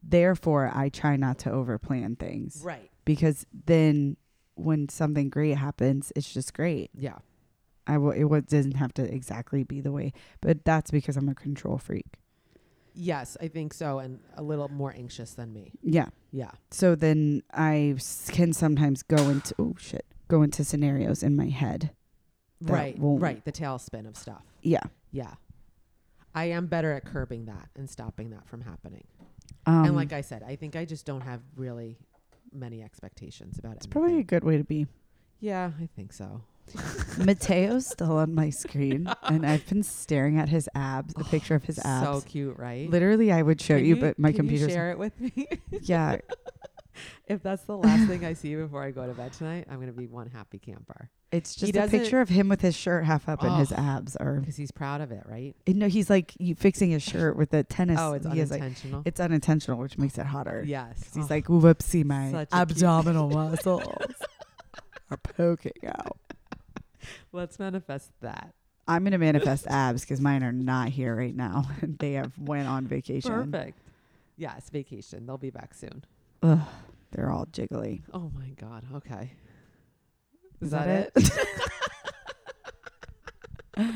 [SPEAKER 2] Therefore, I try not to overplan things
[SPEAKER 1] Right.
[SPEAKER 2] because then when something great happens, it's just great.
[SPEAKER 1] Yeah.
[SPEAKER 2] I will, it wa- doesn't have to exactly be the way, but that's because I'm a control freak.
[SPEAKER 1] Yes, I think so and a little more anxious than me.
[SPEAKER 2] Yeah.
[SPEAKER 1] Yeah.
[SPEAKER 2] So then I s- can sometimes go into, oh shit, go into scenarios in my head. That
[SPEAKER 1] right.
[SPEAKER 2] won't-
[SPEAKER 1] Right, the tailspin of stuff.
[SPEAKER 2] Yeah.
[SPEAKER 1] Yeah. I am better at curbing that and stopping that from happening.
[SPEAKER 2] Um,
[SPEAKER 1] and like I said, I think I just don't have really many expectations about it.
[SPEAKER 2] it's probably a good way to be.
[SPEAKER 1] Yeah, I think so.
[SPEAKER 2] Mateo's still on my screen, and I've been staring at his abs, a picture of his
[SPEAKER 1] So
[SPEAKER 2] abs.
[SPEAKER 1] cute, right?
[SPEAKER 2] Literally, I would show
[SPEAKER 1] Can
[SPEAKER 2] you, but my
[SPEAKER 1] can you
[SPEAKER 2] computer's
[SPEAKER 1] share it with me.
[SPEAKER 2] yeah.
[SPEAKER 1] if that's the last thing I see before I go to bed tonight, I'm gonna be one happy camper
[SPEAKER 2] It's
[SPEAKER 1] He
[SPEAKER 2] just a picture of him with his shirt half up and his
[SPEAKER 1] Oh.
[SPEAKER 2] abs are.
[SPEAKER 1] because he's proud of it, right?
[SPEAKER 2] and No, he's like you fixing his shirt with a tennis.
[SPEAKER 1] oh, it's
[SPEAKER 2] he has, like-
[SPEAKER 1] unintentional.
[SPEAKER 2] it's unintentional, which makes it hotter.
[SPEAKER 1] yes,
[SPEAKER 2] 'Cause He's
[SPEAKER 1] Oh,
[SPEAKER 2] like, whoopsie, my
[SPEAKER 1] Such a cute-
[SPEAKER 2] abdominal muscles are poking out.
[SPEAKER 1] let's manifest that.
[SPEAKER 2] I'm gonna manifest abs because mine are not here right now. they have went on vacation.
[SPEAKER 1] Perfect. Yes, vacation. They'll be back soon.
[SPEAKER 2] Ugh, they're all jiggly.
[SPEAKER 1] Oh my god. Okay. Is,
[SPEAKER 2] Is
[SPEAKER 1] that,
[SPEAKER 2] that
[SPEAKER 1] it?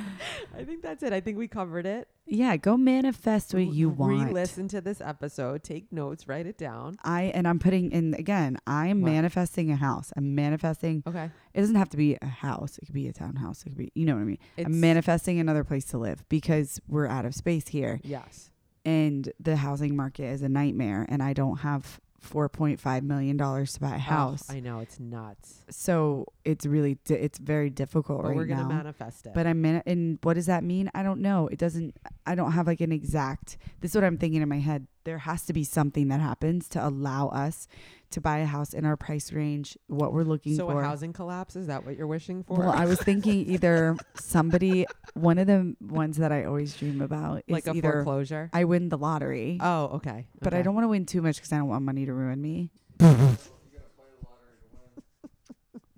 [SPEAKER 1] I think that's it. I think we covered it.
[SPEAKER 2] Yeah, go manifest what you want.
[SPEAKER 1] Re-listen to this episode. Take notes. Write it down.
[SPEAKER 2] I and I'm putting in again. I'm
[SPEAKER 1] What?
[SPEAKER 2] manifesting a house. I'm manifesting.
[SPEAKER 1] Okay.
[SPEAKER 2] It doesn't have to be a house. It could be a townhouse. It could be, you know what I mean.
[SPEAKER 1] It's,
[SPEAKER 2] I'm manifesting another place to live because we're out of space here,
[SPEAKER 1] yes.
[SPEAKER 2] and the housing market is a nightmare, and I don't have 4.5 million dollars to buy a
[SPEAKER 1] Oh,
[SPEAKER 2] house.
[SPEAKER 1] I know it's nuts,
[SPEAKER 2] so it's really di- it's very difficult
[SPEAKER 1] but
[SPEAKER 2] right
[SPEAKER 1] we're gonna
[SPEAKER 2] now.
[SPEAKER 1] manifest it.
[SPEAKER 2] But I'm in, and what does that mean? I don't know. It doesn't, I don't have like an exact, this is what I'm thinking in my head. There has to be something that happens to allow us to buy a house in our price range, what we're looking
[SPEAKER 1] so
[SPEAKER 2] for.
[SPEAKER 1] a housing collapse is that what you're wishing for?
[SPEAKER 2] well, I was thinking either somebody, one of the ones that I always dream about is
[SPEAKER 1] like a
[SPEAKER 2] either
[SPEAKER 1] foreclosure.
[SPEAKER 2] I win the lottery,
[SPEAKER 1] oh, okay.
[SPEAKER 2] but I
[SPEAKER 1] okay.
[SPEAKER 2] don't want to win too much because I don't want money to ruin me.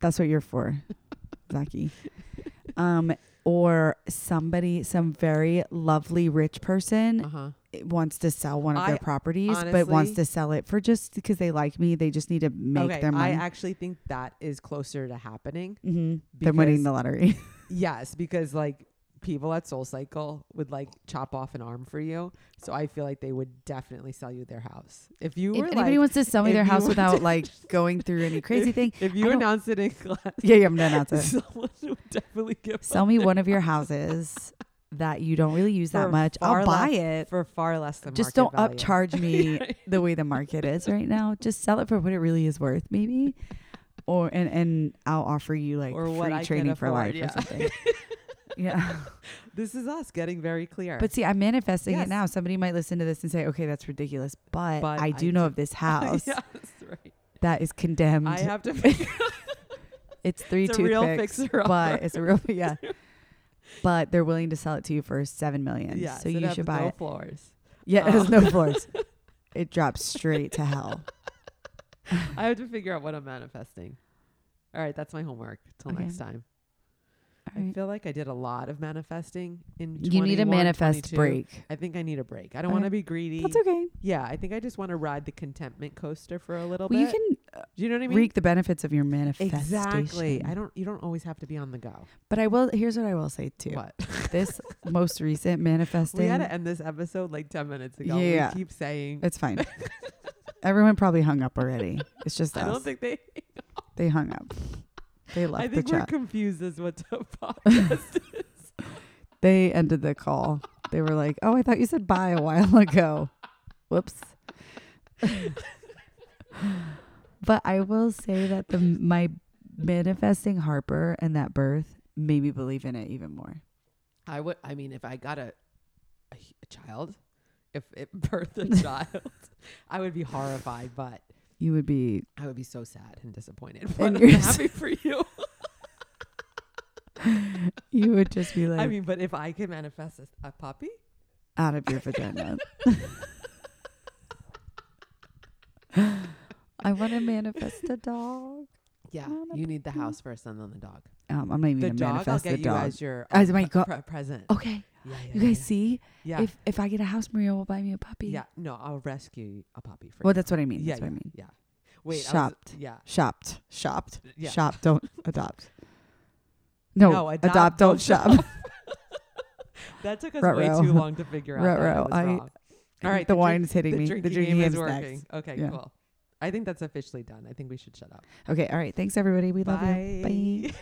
[SPEAKER 2] That's what you're for, Zaki. Um, or somebody, some very lovely rich person
[SPEAKER 1] Uh huh.
[SPEAKER 2] wants to sell one of
[SPEAKER 1] I-
[SPEAKER 2] their properties, but wants
[SPEAKER 1] honestly-
[SPEAKER 2] to sell it for just because they like me. They just need to make
[SPEAKER 1] okay.
[SPEAKER 2] their money.
[SPEAKER 1] I actually think that is closer to happening.
[SPEAKER 2] hmm They're winning
[SPEAKER 1] because-
[SPEAKER 2] the lottery.
[SPEAKER 1] Yes, because like people at Soul Cycle would like chop off an arm for you. So I feel like they would definitely sell you their house. If you
[SPEAKER 2] if
[SPEAKER 1] were
[SPEAKER 2] anybody
[SPEAKER 1] like,
[SPEAKER 2] wants to sell me
[SPEAKER 1] if
[SPEAKER 2] their
[SPEAKER 1] you
[SPEAKER 2] house
[SPEAKER 1] were
[SPEAKER 2] without
[SPEAKER 1] to-
[SPEAKER 2] like going through any crazy thing,
[SPEAKER 1] if you
[SPEAKER 2] don't-
[SPEAKER 1] announced it in class,
[SPEAKER 2] yeah, yeah, I'm done. That's it.
[SPEAKER 1] someone would definitely give
[SPEAKER 2] Sell me one of your houses that you don't really use
[SPEAKER 1] For
[SPEAKER 2] that much.
[SPEAKER 1] far
[SPEAKER 2] I'll buy it.
[SPEAKER 1] for far less than
[SPEAKER 2] Just don't
[SPEAKER 1] market value.
[SPEAKER 2] upcharge me the way the market is right now. Just sell it for what it really is worth, maybe. Or and and I'll offer you like
[SPEAKER 1] Or
[SPEAKER 2] free
[SPEAKER 1] what I can
[SPEAKER 2] training for
[SPEAKER 1] afford,
[SPEAKER 2] life
[SPEAKER 1] yeah.
[SPEAKER 2] or something. yeah.
[SPEAKER 1] This is us getting very clear.
[SPEAKER 2] But see, I'm manifesting
[SPEAKER 1] Yes.
[SPEAKER 2] it now. Somebody might listen to this and say, "Okay, that's ridiculous," but,
[SPEAKER 1] But
[SPEAKER 2] I do
[SPEAKER 1] I
[SPEAKER 2] know
[SPEAKER 1] do-
[SPEAKER 2] of this house
[SPEAKER 1] yes, right.
[SPEAKER 2] that is condemned.
[SPEAKER 1] I have to fix
[SPEAKER 2] it's three
[SPEAKER 1] it's a
[SPEAKER 2] toothpicks,
[SPEAKER 1] real fixer
[SPEAKER 2] but
[SPEAKER 1] upper.
[SPEAKER 2] it's a real yeah. But they're willing to sell it to you for seven million.
[SPEAKER 1] yes,
[SPEAKER 2] so
[SPEAKER 1] it
[SPEAKER 2] you
[SPEAKER 1] has
[SPEAKER 2] should buy
[SPEAKER 1] no
[SPEAKER 2] it.
[SPEAKER 1] floors.
[SPEAKER 2] Yeah, it
[SPEAKER 1] Oh.
[SPEAKER 2] has no floors. it drops straight to hell.
[SPEAKER 1] I have to figure out what I'm manifesting. All right, that's my homework. Till
[SPEAKER 2] Okay.
[SPEAKER 1] next time.
[SPEAKER 2] All
[SPEAKER 1] I
[SPEAKER 2] right.
[SPEAKER 1] feel like I did a lot of manifesting in
[SPEAKER 2] You need a
[SPEAKER 1] 21,
[SPEAKER 2] manifest
[SPEAKER 1] 22.
[SPEAKER 2] break.
[SPEAKER 1] I think I need a break. I don't
[SPEAKER 2] Okay.
[SPEAKER 1] want to be greedy.
[SPEAKER 2] That's okay.
[SPEAKER 1] Yeah, I think I just want to ride the contentment coaster for a little
[SPEAKER 2] Well, you
[SPEAKER 1] bit.
[SPEAKER 2] can
[SPEAKER 1] Do you know what I mean?
[SPEAKER 2] reap the benefits of your manifestation.
[SPEAKER 1] exactly. I don't. You don't always have to be on the go.
[SPEAKER 2] But I will. Here's what I will say too.
[SPEAKER 1] What?
[SPEAKER 2] This most recent manifesting.
[SPEAKER 1] we had to end this episode like ten minutes ago.
[SPEAKER 2] Yeah.
[SPEAKER 1] We keep saying.
[SPEAKER 2] It's fine. Everyone probably hung up already. It's just
[SPEAKER 1] I
[SPEAKER 2] us.
[SPEAKER 1] don't think they.
[SPEAKER 2] they hung up. They left
[SPEAKER 1] I think
[SPEAKER 2] the
[SPEAKER 1] we're
[SPEAKER 2] chat.
[SPEAKER 1] confused as what the podcast.
[SPEAKER 2] they ended the call. They were like, "Oh, I thought you said bye a while ago." Whoops. but I will say that the my manifesting Harper and that birth made me believe in it even more.
[SPEAKER 1] I would. I mean, if I got a a, h- a child, if it birthed a child, I would be horrified. But
[SPEAKER 2] You would be
[SPEAKER 1] I would be so sad and disappointed. But
[SPEAKER 2] And
[SPEAKER 1] I'm
[SPEAKER 2] you're
[SPEAKER 1] happy for you.
[SPEAKER 2] you would just be like
[SPEAKER 1] I mean, but if I could manifest a, a puppy,
[SPEAKER 2] out of your vagina. I want to manifest a dog.
[SPEAKER 1] yeah,
[SPEAKER 2] Not a
[SPEAKER 1] you need the
[SPEAKER 2] puppy.
[SPEAKER 1] house first and then the dog.
[SPEAKER 2] Um, I'm not even
[SPEAKER 1] The
[SPEAKER 2] gonna
[SPEAKER 1] dog, I'll
[SPEAKER 2] manifest
[SPEAKER 1] get
[SPEAKER 2] the
[SPEAKER 1] you
[SPEAKER 2] dog. Oh,
[SPEAKER 1] as your
[SPEAKER 2] As
[SPEAKER 1] um,
[SPEAKER 2] my
[SPEAKER 1] pre-
[SPEAKER 2] go-
[SPEAKER 1] pre- present.
[SPEAKER 2] okay,
[SPEAKER 1] Yeah, yeah,
[SPEAKER 2] you
[SPEAKER 1] yeah,
[SPEAKER 2] guys
[SPEAKER 1] yeah.
[SPEAKER 2] see
[SPEAKER 1] Yeah.
[SPEAKER 2] if if I get a house, Maria will buy me a puppy.
[SPEAKER 1] yeah, no, I'll rescue a puppy for
[SPEAKER 2] Well,
[SPEAKER 1] you.
[SPEAKER 2] that's what I mean.
[SPEAKER 1] yeah,
[SPEAKER 2] That's
[SPEAKER 1] yeah,
[SPEAKER 2] what I mean.
[SPEAKER 1] yeah. Wait, I
[SPEAKER 2] Shopped.
[SPEAKER 1] was, yeah,
[SPEAKER 2] Shopped. Shopped.
[SPEAKER 1] yeah.
[SPEAKER 2] Shop. Don't adopt. No,
[SPEAKER 1] No,
[SPEAKER 2] adopt,
[SPEAKER 1] adopt,
[SPEAKER 2] Don't
[SPEAKER 1] don't
[SPEAKER 2] shop.
[SPEAKER 1] That took us
[SPEAKER 2] Ruh-roh.
[SPEAKER 1] way too long to figure out. that
[SPEAKER 2] Ruh-roh.
[SPEAKER 1] it was
[SPEAKER 2] I-
[SPEAKER 1] wrong. All right,
[SPEAKER 2] the,
[SPEAKER 1] drink-
[SPEAKER 2] wine's hitting me.
[SPEAKER 1] the drinking,
[SPEAKER 2] the drinking
[SPEAKER 1] game is
[SPEAKER 2] game's
[SPEAKER 1] working.
[SPEAKER 2] next.
[SPEAKER 1] Okay,
[SPEAKER 2] Yeah.
[SPEAKER 1] cool. I think that's officially done. I think we should shut up.
[SPEAKER 2] Okay. All right. Thanks, everybody. We love you. Bye.
[SPEAKER 1] Bye.